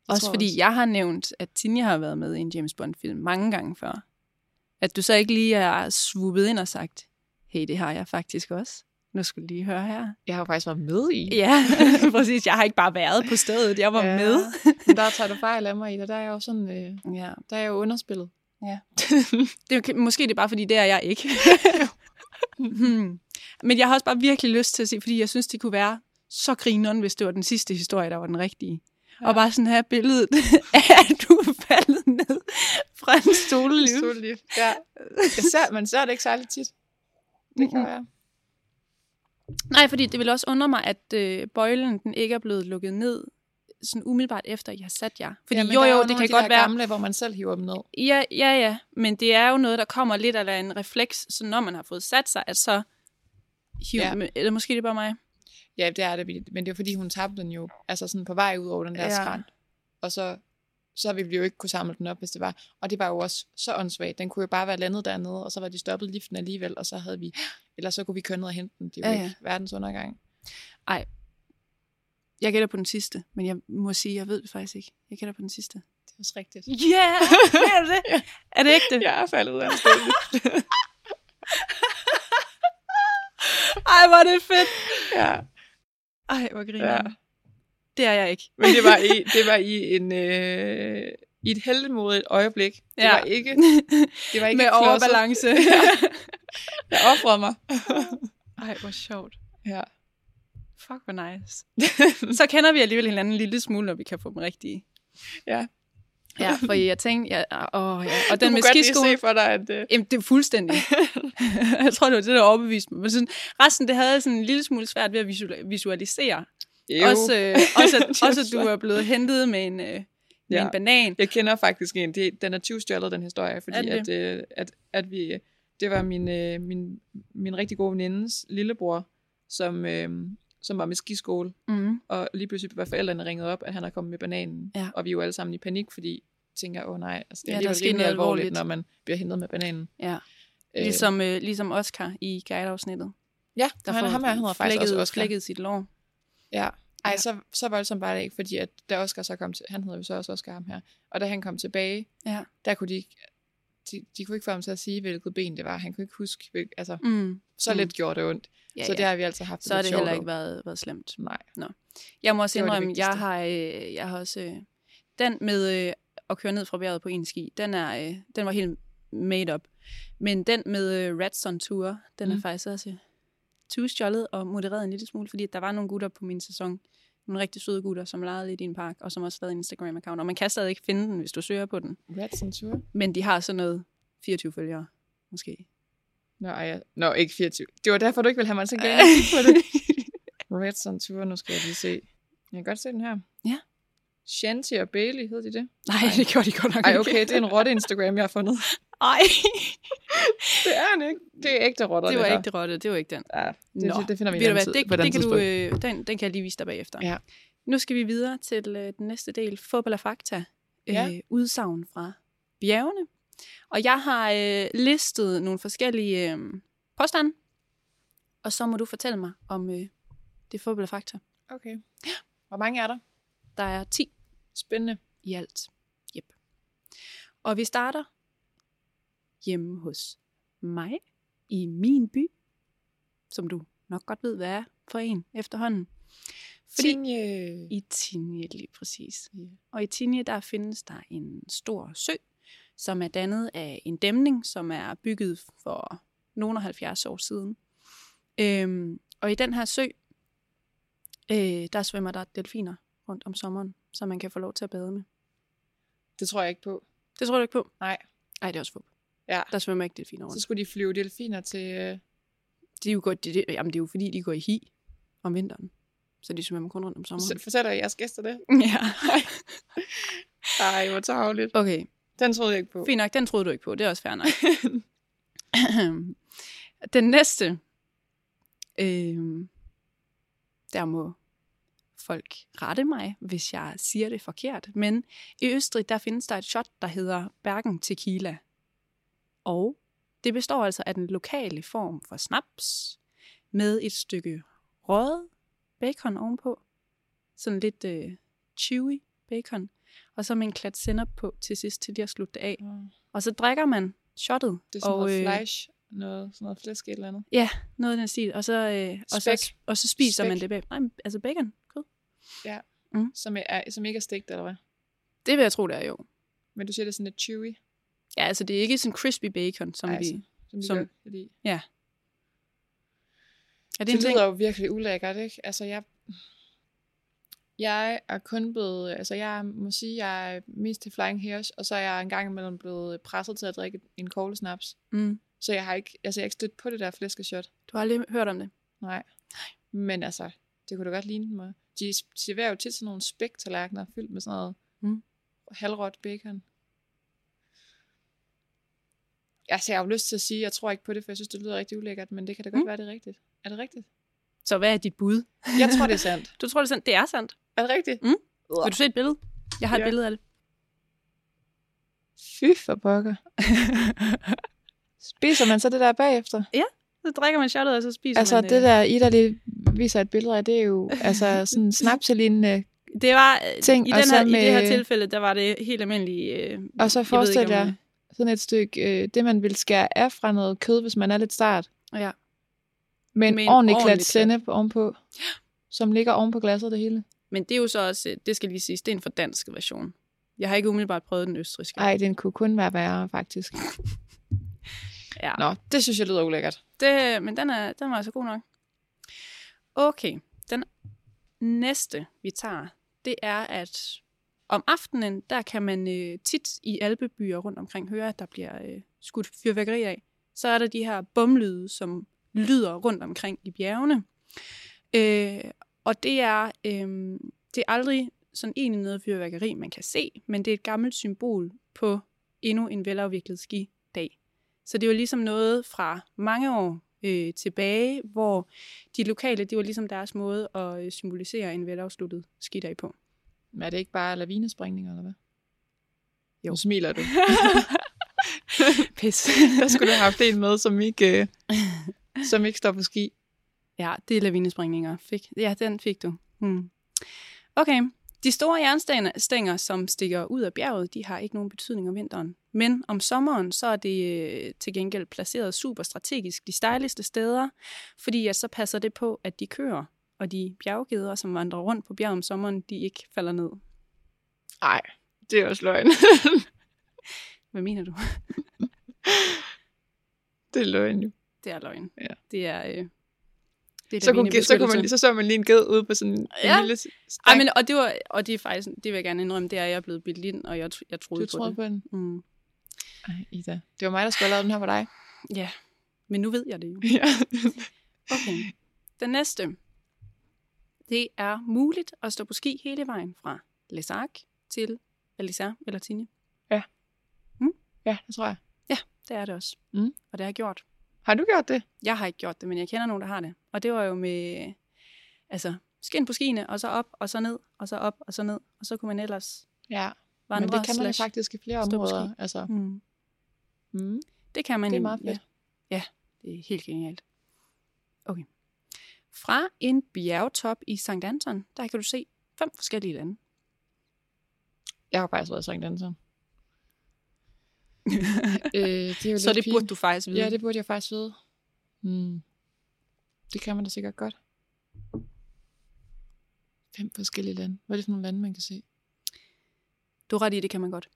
S1: Også
S2: tror
S1: fordi
S2: også.
S1: jeg har nævnt, at Tinja har været med i en James Bond-film mange gange før. At du så ikke lige er svubet ind og sagt, hey, det har jeg faktisk også. Nu skal du lige høre her.
S2: Jeg har jo faktisk været med i.
S1: Ja, præcis. Jeg har ikke bare været på stedet, jeg var
S2: Ja.
S1: med.
S2: Men der tager du fejl af mig i, og der er jeg jo sådan, øh,
S1: Ja.
S2: der er jeg jo underspillet.
S1: Det er, okay- måske det er bare, fordi det er jeg ikke. Hmm. Men jeg har også bare virkelig lyst til at se, fordi jeg synes, det kunne være så grineren, hvis det var den sidste historie, der var den rigtige. Ja.
S2: Ja.
S1: Og bare sådan her billedet af, at du er faldet ned fra en stolelift.
S2: Solliv. Ja. Jeg ser, man ser det ikke særlig tit. Det kan
S1: Mm-mm.
S2: være.
S1: Nej, fordi det vil også undre mig, at øh, bøjlen den ikke er blevet lukket ned sådan umiddelbart efter, I har sat jer. Fordi
S2: Jamen,
S1: jo,
S2: der er
S1: jo, det
S2: nogle
S1: kan
S2: af de
S1: godt
S2: der
S1: være...
S2: gamle, hvor man selv hiver dem ned.
S1: Ja, ja, ja, men det er jo noget, der kommer lidt af en refleks, så når man har fået sat sig, at så... Hiv,
S2: Ja.
S1: ja. Eller måske det er bare mig.
S2: Ja, det er det, men det er fordi, hun tabte den jo, altså sådan på vej ud over den der
S1: Ja.
S2: ja. skrant. Og så, så ville vi jo ikke kunne samle den op, hvis det var. Og det var jo også så åndssvagt. Den kunne jo bare være landet dernede, og så var de stoppet liften alligevel, og så havde vi, eller så kunne vi køre ned og hente den. Det er jo
S1: Ja,
S2: ja, ja. ikke verdens undergang.
S1: Jeg gætter på den sidste, men jeg må sige, jeg ved det faktisk ikke. Jeg gætter på den sidste.
S2: Det er også rigtigt.
S1: Ja, yeah, er det det? Er det ægte?
S2: Jeg er faldet ud af en stol.
S1: Ej, hvor er det fedt.
S2: ja,
S1: Ej, hvor griner
S2: ja.
S1: ja. Det er jeg ikke.
S2: Men det var i, det var i, en, øh, i et heldemodigt øjeblik. Det
S1: Ja.
S2: var ikke, det var ikke
S1: Med
S2: klodset.
S1: overbalance.
S2: Jeg offrede mig.
S1: Ej, hvor sjovt.
S2: Ja.
S1: Fuck, hvor nice. så kender vi alligevel hinanden en lille smule, når vi kan få dem rigtige.
S2: Ja.
S1: Ja, for jeg tænkte, ja, åh, ja. og
S2: Du
S1: den
S2: kunne
S1: med
S2: godt lige
S1: skiskoen,
S2: se for dig, at... Øh,
S1: Jamen, det er fuldstændig. jeg tror, det var det, der overbeviste mig. Men sådan, resten, det havde jeg sådan en lille smule svært ved at visu- visualisere.
S2: Jo.
S1: Også, øh, også, at,
S2: er
S1: også, at du er blevet hentet med en, øh, med
S2: Ja.
S1: en banan.
S2: Jeg kender faktisk en. Det, den er 20 stjålet, den historie,
S1: Er
S2: fordi
S1: den
S2: at, øh, at, at vi, øh, det var min, øh, min, min rigtig gode venindes lillebror, som, øh, som var med skiskole,
S1: Mm.
S2: og lige pludselig var forældrene ringet op, at han er kommet med bananen.
S1: Ja.
S2: Og vi er jo alle sammen i panik, fordi tænker, åh nej, altså, det
S1: Ja,
S2: er
S1: der
S2: ja,
S1: er sket
S2: rimelig
S1: noget
S2: alvorligt,
S1: alvorligt.
S2: når man bliver hentet med bananen.
S1: Ja.
S2: Øh,
S1: Ligesom, øh, ligesom Oscar i guideafsnittet.
S2: ja, der han, ham her, han hedder faktisk også Oscar.
S1: flækket sit lår.
S2: Ja. Ej,
S1: Ja.
S2: så, så voldsomt var det ikke, fordi at da Oscar så kom til, han hedder jo så også Oscar ham her, og da han kom tilbage,
S1: Ja.
S2: der kunne de ikke, de, de kunne ikke få ham til at sige, hvilket ben det var. Han kunne ikke huske, hvil, altså,
S1: Mm.
S2: så
S1: Mm.
S2: lidt gjorde det ondt.
S1: Ja,
S2: så
S1: ja.
S2: det har vi altså haft
S1: så har
S2: lidt
S1: det
S2: sjovt
S1: heller
S2: over.
S1: ikke været, været slemt.
S2: Nej.
S1: Jeg må også
S2: Det var det
S1: indrømme,
S2: vigtigste.
S1: jeg har, øh, jeg har også... Øh, den med øh, at køre ned fra bjerget på en ski, den, er, øh, den var helt made up. Men den med øh, Radson Tour, den mm. er
S2: Mm.
S1: faktisk også tusjollet og modereret en lille smule, fordi at der var nogle gutter på min sæson, nogle rigtig søde gutter, som legede lidt i en park, og som også lavede en Instagram-account. Og man kan stadig ikke finde den, hvis du søger på den.
S2: Red Censure?
S1: Men de har sådan noget 24 følgere, måske.
S2: Nå, ej, jeg- Nå, ikke 24. Det var derfor, du ikke ville have mig til at gælde på det. Red Censure, nu skal jeg lige se. Jeg kan godt se den her.
S1: Ja.
S2: Shanti og Bailey, hed de det?
S1: Nej, det gjorde de godt nok
S2: Ej,
S1: ikke.
S2: okay, det er en rotte Instagram, jeg har fundet.
S1: Ej,
S2: Det er en ikke. Det er ægte rotter,
S1: det var
S2: her.
S1: ikke det rotte, det var ikke den.
S2: Ja, det,
S1: Nå.
S2: det, det finder vi
S1: Ved du
S2: en anden
S1: hvad,
S2: tid,
S1: det,
S2: på et
S1: det
S2: andet
S1: kan du, øh,
S2: tidspunkt.
S1: den, den kan jeg lige vise dig bagefter.
S2: Ja.
S1: Nu skal vi videre til øh, den næste del, fup eller fakta, øh,
S2: Ja.
S1: udsagn fra bjergene. Og jeg har øh, listet nogle forskellige øh, påstande, og så må du fortælle mig om øh, det fup eller fakta.
S2: Okay. Hvor mange er der?
S1: Der er 10
S2: Spændende.
S1: i alt. Yep. Og vi starter hjemme hos mig i min by, som du nok godt ved, hvad er for en efterhånden. Fordi
S2: Tinje.
S1: i Tinje lige præcis. Og i Tinje der findes der en stor sø, som er dannet af en dæmning, som er bygget for nogle og 70 år siden. Øhm, og i den her sø, øh, der svømmer der delfiner rundt om sommeren, som man kan få lov til at bade med.
S2: Det tror jeg ikke på.
S1: Det tror du ikke på?
S2: Nej.
S1: Nej, det er også fup.
S2: Ja.
S1: Der svømmer ikke delfiner
S2: Så
S1: rundt.
S2: skulle de flyve delfiner til... øh,
S1: Det er jo, godt, det, det, jamen, det er jo fordi, de går i hi om vinteren. Så de svømmer kun rundt om sommeren.
S2: så- Fortæller jeres gæster det?
S1: Ja.
S2: Ej, hvor tageligt.
S1: Okay,
S2: Den troede jeg ikke på.
S1: Fint nok, den troede du ikke på. Det er også fair nok. den næste, øh, der må folk rette mig, hvis jeg siger det forkert, men i Østrig, der findes der et shot, der hedder Bergen Tequila. Og det består altså af den lokale form for snaps, med et stykke røget bacon ovenpå, sådan lidt øh, chewy bacon, og så med en klat sennep på til sidst, til lige at slutte det af.
S2: Nå,
S1: Og så drikker man shottet.
S2: Det er sådan
S1: og, øh,
S2: noget fleisch, noget, sådan noget flæsk et eller andet.
S1: noget i den stil. Og så, øh, og så,
S2: Spæk.
S1: og så spiser
S2: Spæk.
S1: man det bag. Nej, men altså bacon. Kød.
S2: Som, er, som ikke er stegt, eller hvad?
S1: Det vil jeg tro, det er jo.
S2: Men du siger, det er sådan lidt chewy,
S1: Ja, altså det er ikke sådan crispy bacon, som
S2: Ej,
S1: vi...
S2: altså, som vi
S1: Som-
S2: som... godt kan lide.
S1: Er det,
S2: Det,
S1: en
S2: det
S1: ting?
S2: lyder jo virkelig ulækkert, ikke? Altså, jeg... Jeg er kun blevet, altså jeg må sige, jeg er mest til Flying Hairs, og så er jeg engang imellem blevet presset til at drikke en koglesnaps.
S1: Mm.
S2: Så jeg har ikke, altså jeg har ikke stødt på det der flæskeshot.
S1: Du har aldrig hørt om det.
S2: Nej. Men altså, det kunne da godt ligne mig. De serverer jo tit sådan nogle spæktallerkener fyldt med sådan noget
S1: Mm.
S2: halvråt bacon. Altså, jeg har jo lyst til at sige, at jeg tror ikke på det, for jeg synes, det lyder rigtig ulækkert, men det kan da godt
S1: Mm.
S2: være, det er rigtigt. Er det rigtigt?
S1: Så hvad er dit bud?
S2: Jeg tror, det er sandt.
S1: Du tror, det er sandt? Det er sandt.
S2: Er det rigtigt?
S1: Mm. Vil du se et billede? Jeg har et
S2: Ja.
S1: billede af det.
S2: Fy for pokker. Spiser man så det der bagefter?
S1: Så drikker man shotet, og så spiser
S2: altså,
S1: man øh,
S2: det der, I der lige viser et billede af, det er jo altså sådan snapselignende.
S1: Det var,
S2: ting,
S1: ting, i,
S2: og
S1: den
S2: så
S1: her, med... i det her
S2: med-
S1: tilfælde, der var det helt almindelige... Øh,
S2: Og så
S1: jeg ved
S2: forestil
S1: ikke, om-
S2: jer sådan et stykke, øh, det man vil skære af fra noget kød, hvis man er lidt start.
S1: Ja.
S2: Med en,
S1: Med
S2: med
S1: en
S2: en ordentlig
S1: ordentlig
S2: klat
S1: klat.
S2: sennep ovenpå, som ligger oven på glasset det hele.
S1: Men det er jo så også, øh, det skal lige siges, det er en for dansk version. Jeg har ikke umiddelbart prøvet den østriske.
S2: Ej, den kunne kun være værre, faktisk.
S1: Ja.
S2: Nå, det synes jeg lyder ulækkert.
S1: Det, men den, er, den var altså god nok. Okay, den næste, vi tager, det er, at om aftenen, der kan man øh, tit i alpebyer rundt omkring høre, at der bliver øh, skudt fyrværkeri af. Så er der de her bumlyde, som lyder rundt omkring i bjergene. Øh, og det er, øh, det er aldrig sådan egentlig noget fyrværkeri, man kan se, men det er et gammelt symbol på endnu en velafviklet skidag. Så det var ligesom noget fra mange år øh, tilbage, hvor de lokale, det var ligesom deres måde at øh, symbolisere en velafsluttet skidag på.
S2: Men er det ikke bare lavinesprængninger, eller hvad?
S1: Jo.
S2: Nu smiler du.
S1: Pis.
S2: Jeg skulle have haft en med, som ikke, øh, som ikke står på ski.
S1: ja, det er lavinesprængninger. Fik, ja, den fik du. Hmm. Okay. De store jernstænger, som stikker ud af bjerget, de har ikke nogen betydning om vinteren. Men om sommeren, så er det øh, til gengæld placeret super strategisk de stejligste steder, fordi at så passer det på, at de kører og de bjerggeder, som vandrer rundt på bjerget om sommeren, de ikke falder ned.
S2: Nej, det er også løgn.
S1: Hvad mener du?
S2: det er løgn jo.
S1: Det er løgn.
S2: Ja.
S1: Det er... Øh, det er
S2: Så kunne,
S1: lavine-
S2: så, kunne man, ligesom-
S1: beskyttelse.
S2: så så man lige en ged ude på sådan en
S1: Ja.
S2: lille
S1: Ej, men, og, det var, og det er faktisk, det vil jeg gerne indrømme, det er, at jeg er blevet bildt ind, og jeg, tro- jeg troede
S2: du
S1: på
S2: tror
S1: det.
S2: på den.
S1: Mm.
S2: Ej, Ida. Det var mig, der skulle have lavet den her for dig.
S1: Ja, men nu ved jeg det jo.
S2: ja.
S1: Okay. Den næste. Det er muligt at stå på ski hele vejen fra Les Arcs til Alisar eller Tinje.
S2: ja, det tror jeg.
S1: Det er det også.
S2: Mm.
S1: Og det har jeg gjort.
S2: Har du gjort det?
S1: Jeg har ikke gjort det, men jeg kender nogen, der har det. Og det var jo med, altså, skin på skiene, og så op, og så ned, og så op, og så ned. Og så kunne man ellers
S2: Ja.
S1: vandre.
S2: men det kan man jo
S1: slash-
S2: faktisk i flere
S1: stå på
S2: områder.
S1: ski.
S2: Altså,
S1: Mm.
S2: mm,
S1: Det kan man
S2: det er
S1: nemlig,
S2: meget fedt.
S1: Ja. ja, det er helt genialt. Okay. Fra en bjergtop i St. Anton, der kan du se fem forskellige lande.
S2: Jeg har faktisk været sådan danser. øh, det er jo
S1: Så
S2: lidt
S1: det
S2: pinligt.
S1: burde du faktisk vide.
S2: Ja, det burde jeg faktisk vide. Hmm. Det kan man da sikkert godt. Fem forskellige lande. Hvad er det for nogle lande, man kan se?
S1: Du har ret i, det kan man godt.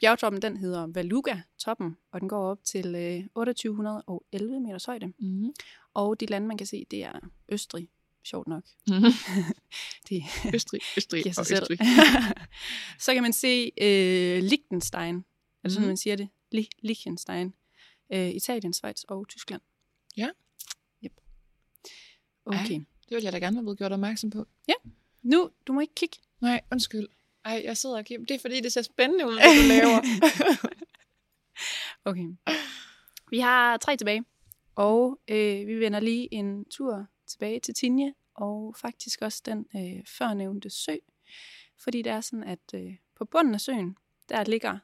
S1: Bjergtoppen, den hedder Valuga-toppen, og den går op til øh, 2811 meters højde.
S2: Mm-hmm.
S1: Og de lande, man kan se, det er Østrig. Sjovt nok. Det
S2: Østrig, Østrig
S1: giver sig
S2: og
S1: selv.
S2: Østrig.
S1: så kan man se øh, Liechtenstein. Er det sådan,
S2: Mhm.
S1: man siger det? Li- Liechtenstein. Øh, Italien, Schweiz og Tyskland.
S2: Ja.
S1: Yep. Okay. Ej.
S2: Det ville jeg da gerne have blevet gjort opmærksom på.
S1: Nu, du må ikke kigge.
S2: Nej, undskyld. Ej, jeg sidder og kigger. Det er fordi, det ser spændende ud, hvad du laver.
S1: Okay. Vi har tre tilbage. Og øh, vi vender lige en tur tilbage til Tinje, og faktisk også den øh, førnævnte sø. Fordi det er sådan, at øh, på bunden af søen, der ligger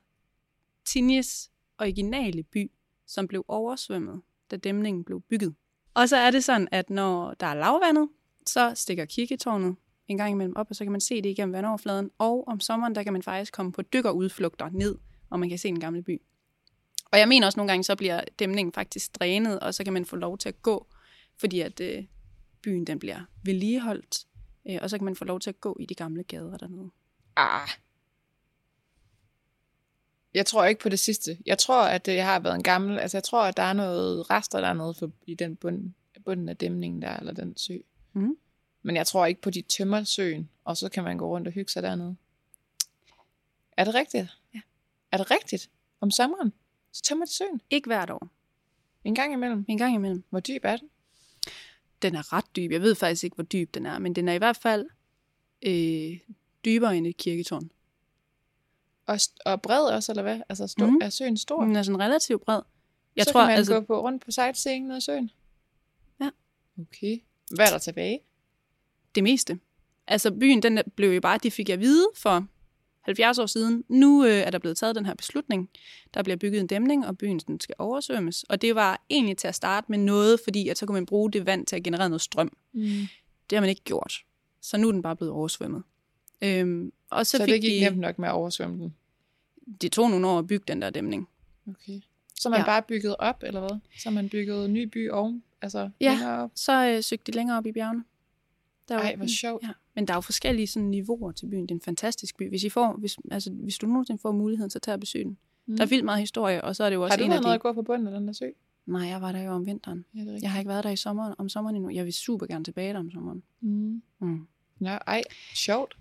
S1: Tinjes originale by, som blev oversvømmet, da dæmningen blev bygget. Og så er det sådan, at når der er lavvandet, så stikker kirketårnet en gang imellem op, og så kan man se det igennem vandoverfladen. Og om sommeren, der kan man faktisk komme på dykkerudflugter ned, og man kan se den gamle by. Og jeg mener også nogle gange, så bliver dæmningen faktisk drænet, og så kan man få lov til at gå, fordi at øh, byen den bliver vedligeholdt, øh, og så kan man få lov til at gå i de gamle gader dernede.
S2: ah. Jeg tror ikke på det sidste. Jeg tror, at det har været en gammel... Altså, jeg tror, at der er noget rester, der er noget for, i den bund, bunden af dæmningen der, eller den sø.
S1: Mhm.
S2: Men jeg tror ikke på, de tømmer søen, og så kan man gå rundt og hygge sig dernede. Er det rigtigt?
S1: Ja.
S2: Er det rigtigt? Om sommeren? Så tømmer de søen.
S1: Ikke hvert år.
S2: En gang imellem.
S1: En gang imellem.
S2: Hvor dyb er den?
S1: Den er ret dyb. Jeg ved faktisk ikke, hvor dyb den er, men den er i hvert fald øh, dybere end et kirketårn.
S2: Og, st- og bred også, eller hvad? Altså stor,
S1: Mhm.
S2: er søen stor?
S1: Den er sådan relativt bred. Jeg
S2: så
S1: tror,
S2: kan man
S1: altså,
S2: gå på rundt på sightseeing ned ad søen?
S1: Ja.
S2: Okay. Hvad er der tilbage?
S1: det meste. Altså byen, den blev jo bare, de fik jeg vide for 70 år siden. Nu øh, er der blevet taget den her beslutning. Der bliver bygget en dæmning, og byen den skal oversvømmes. Og det var egentlig til at starte med noget, fordi at så kunne man bruge det vand til at generere noget strøm.
S2: Mm.
S1: Det har man ikke gjort. Så nu er den bare blevet oversvømmet. Øhm, og så,
S2: Så, så
S1: fik
S2: det gik
S1: de,
S2: nemt nok med at oversvømme den.
S1: det tog nogle år at bygge den der dæmning.
S2: Okay. Så man
S1: Ja.
S2: ja. bare bygget op, eller hvad? Så man bygget en ny by oven? Altså,
S1: Ja.
S2: længere op?
S1: Så øh, søgte de længere op i bjergene. Der var-
S2: Ej, hvor sjovt.
S1: Ja, men der er jo forskellige sådan, niveauer til byen. Det er en fantastisk by. Hvis, I får, hvis, altså, hvis du nogensinde får muligheden, så tag og besøg den.
S2: Mm.
S1: Der er vildt meget historie, og så er det jo også
S2: Har du
S1: en af
S2: været
S1: de...
S2: noget at gå på bunden af den der sø?
S1: Nej, jeg var der jo om vinteren.
S2: Ja, det er rigtigt.
S1: Jeg har ikke været der i sommeren, om sommeren endnu. Jeg vil super gerne tilbage der om sommeren.
S2: Mm.
S1: Mm.
S2: Nå, ej, sjovt.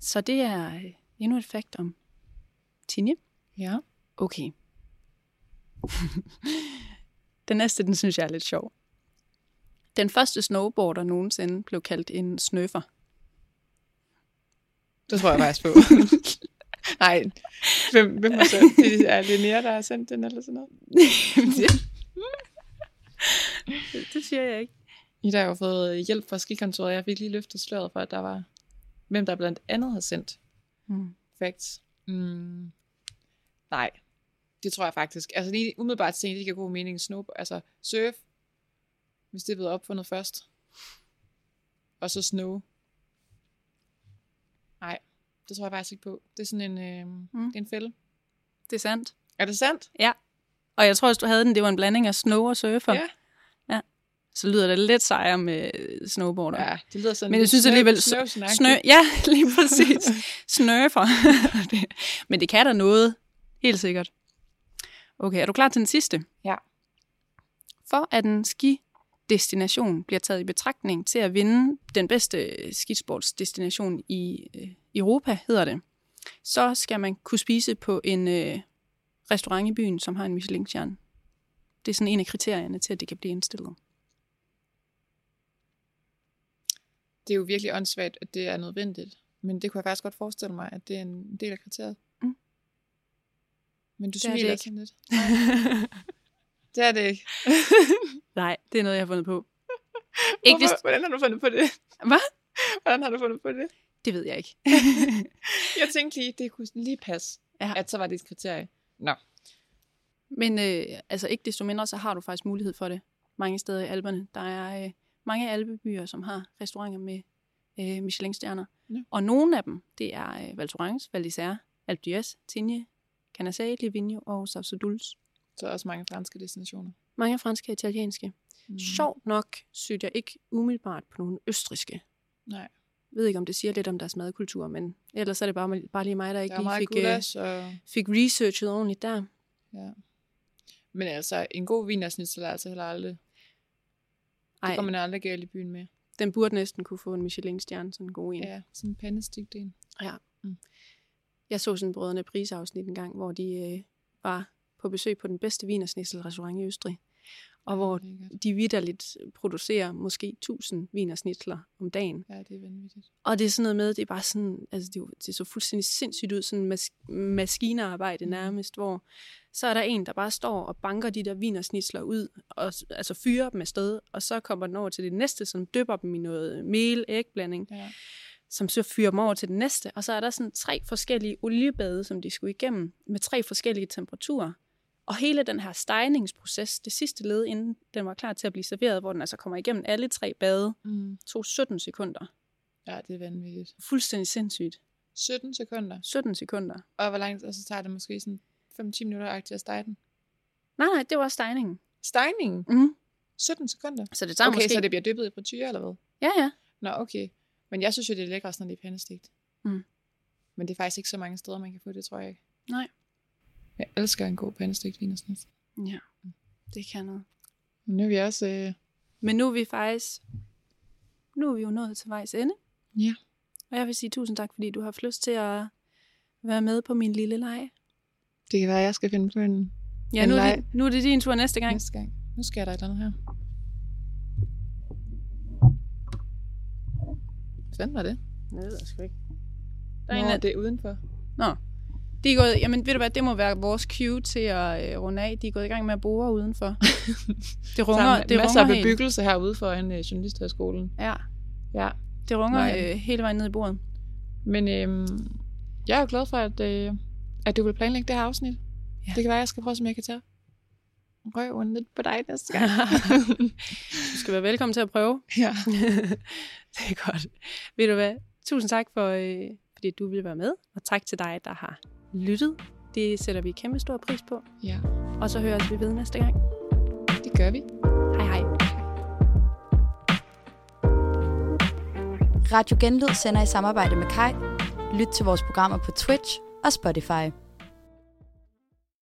S1: Så det er øh, endnu et fakt om Tinje.
S2: Ja.
S1: Okay. den næste, den synes jeg er lidt sjov. Den første snowboarder nogensinde blev kaldt en snøffer.
S2: Det tror jeg faktisk på. Nej, hvem, hvem har sendt det? Er Linnea, der har sendt den eller sådan noget?
S1: det siger jeg ikke.
S2: I dag har jo fået hjælp fra skikontoret. Jeg fik lige løftet sløret for, at der var hvem, der blandt andet har sendt
S1: Mm.
S2: facts. Mm. Nej, det tror jeg faktisk. Altså lige umiddelbart tænkte jeg, det giver god mening. Snow, altså surf, hvis det er blevet opfundet først. Og så snow. Nej, det tror jeg faktisk ikke på. Det er sådan en, øh, mm. det er en fælde.
S1: Det er sandt.
S2: Er det sandt?
S1: Og jeg tror også, du havde den. Det var en blanding af snow og surfer.
S2: Ja.
S1: Så lyder det lidt sejere med øh, snowboarder.
S2: Ja, det lyder sådan
S1: Men jeg
S2: lidt
S1: synes
S2: snøv-
S1: alligevel, s-
S2: snøvsnagtigt.
S1: Snø, ja, lige præcis. Snøfer. Det- Men det kan der noget. Helt sikkert. Okay, er du klar til den sidste?
S2: Ja.
S1: For at en skidestination bliver taget i betragtning til at vinde den bedste skisportsdestination i øh, Europa, hedder det, så skal man kunne spise på en øh, restaurant i byen, som har en Michelin-stjerne. Det er sådan en af kriterierne til, at det kan blive indstillet.
S2: det er jo virkelig åndssvagt, at det er nødvendigt. Men det kunne jeg faktisk godt forestille mig, at det er en del af kriteriet.
S1: Mm.
S2: Men du
S1: Det er det
S2: smiler
S1: ikke.
S2: sådan lidt. Det er det ikke.
S1: Nej, det er noget, jeg har fundet på. Ikke hvis...
S2: Hvorfor- Hvordan har du fundet på det?
S1: Hvad?
S2: Hvordan har du fundet på det?
S1: Det ved jeg ikke.
S2: Jeg tænkte lige, det kunne lige passe,
S1: Ja.
S2: ja. at så var det et kriterie. Nå.
S1: Men øh, altså ikke desto mindre, så har du faktisk mulighed for det mange steder i alberne. Der er øh, mange albebyer, som har restauranter med øh, Michelin-stjerner.
S2: Ja.
S1: Og nogle af dem, det er øh, Val Thorens, Val d'Isère, Alpe d'Huez, Tignes, Canazei, Livigno og Sapsodulce.
S2: Så er også mange franske destinationer.
S1: Mange franske og italienske.
S2: Mm.
S1: Mm. Sjovt nok synes jeg ikke umiddelbart på nogle østriske.
S2: Nej.
S1: Jeg ved ikke, om det siger lidt om deres madkultur, men ellers er det bare, bare lige mig, der ikke
S2: Der er
S1: lige
S2: meget
S1: fik, øh,
S2: gulasch, og...
S1: fik researchet ordentligt der.
S2: Men altså, en god vinersnitzel er altså heller aldrig...
S1: Ej,
S2: Det kommer man aldrig galt i byen med.
S1: den burde næsten kunne få en Michelin-stjerne, sådan en god en.
S2: Ja, sådan en pandestigdel.
S1: Jeg så sådan brødrene Prise afsnit en gang, hvor de øh, var på besøg på den bedste vinersnitzelrestaurant i Østrig. Og hvor de vidderligt producerer måske 1000 vinersnitsler om dagen.
S2: Ja, det er vanvittigt.
S1: Og det er sådan noget med, det er bare sådan, altså det, er jo- det så fuldstændig sindssygt ud, sådan mas- maskinearbejde nærmest, hvor så er der en, der bare står og banker de der vinersnitsler ud, og, s- altså fyrer dem afsted, og så kommer den over til det næste, som dypper dem i noget mel-ægblanding
S2: Ja.
S1: som så fyrer dem over til den næste, og så er der sådan tre forskellige oliebade, som de skulle igennem, med tre forskellige temperaturer. Og hele den her stejningsproces, det sidste led, inden den var klar til at blive serveret, hvor den altså kommer igennem alle tre bade,
S2: Mm.
S1: tog 17 sekunder.
S2: ja, det er vanvittigt.
S1: Fuldstændig sindssygt.
S2: 17 sekunder.
S1: 17 sekunder.
S2: Og hvor langt, og så tager det måske sådan 5-10 minutter at stege den.
S1: Nej, nej, det var stejningen.
S2: Stejningen?
S1: Mm.
S2: 17 sekunder?
S1: Så det tager
S2: okay,
S1: måske...
S2: så det bliver dyppet i frityre, eller hvad?
S1: Ja, ja.
S2: Nå, okay. Men jeg synes jo, det er lækkert, når det er pandestigt.
S1: Mm.
S2: Men det er faktisk ikke så mange steder, man kan få det, tror jeg ikke.
S1: Nej.
S2: Jeg elsker en god pandestegt vinersnit.
S1: Ja, det kan noget.
S2: Men nu er vi også... Øh...
S1: Men nu er vi faktisk... nu er vi jo nået til vejs ende.
S2: Ja.
S1: Og jeg vil sige tusind tak, fordi du har haft lyst til at være med på min lille leg.
S2: Det kan være, at jeg skal finde på en
S1: Ja,
S2: En
S1: nu er,
S2: leg.
S1: det, nu er det din tur næste gang.
S2: næste gang. Nu skal der et eller andet her. Hvem var det?
S1: Nej, det ved jeg sgu ikke. Der
S2: Der
S1: er
S2: er
S1: en,
S2: Nå,
S1: af-
S2: det er udenfor.
S1: De er gået, jamen ved du hvad, det må være vores cue til at øh, runde af. De er gået i gang med at bore udenfor. Det
S2: der
S1: runger,
S2: er
S1: det
S2: masser
S1: runger
S2: af
S1: helt.
S2: bebyggelse herude foran øh, Journalisthøjskolen.
S1: Ja,
S2: Ja.
S1: det runger
S2: Nej.
S1: øh, hele vejen ned i bordet.
S2: Men øhm, jeg er jo glad for, at, øh, at du vil planlægge det her afsnit.
S1: Ja.
S2: Ja. Det kan være, at jeg skal prøve, som jeg kan tage røven lidt på dig næste gang.
S1: Du skal være velkommen til at prøve.
S2: ja.
S1: det er godt. Ved du hvad? Tusind tak for, øh, fordi du ville være med, og tak til dig, der har lyttet. Det sætter vi kæmpe stor pris på,
S2: ja,
S1: og så høres vi ved næste gang.
S2: det gør vi.
S1: Hej hej.
S3: Radio Genlyd sender i samarbejde med Kai. Lyt til vores programmer på Twitch og Spotify.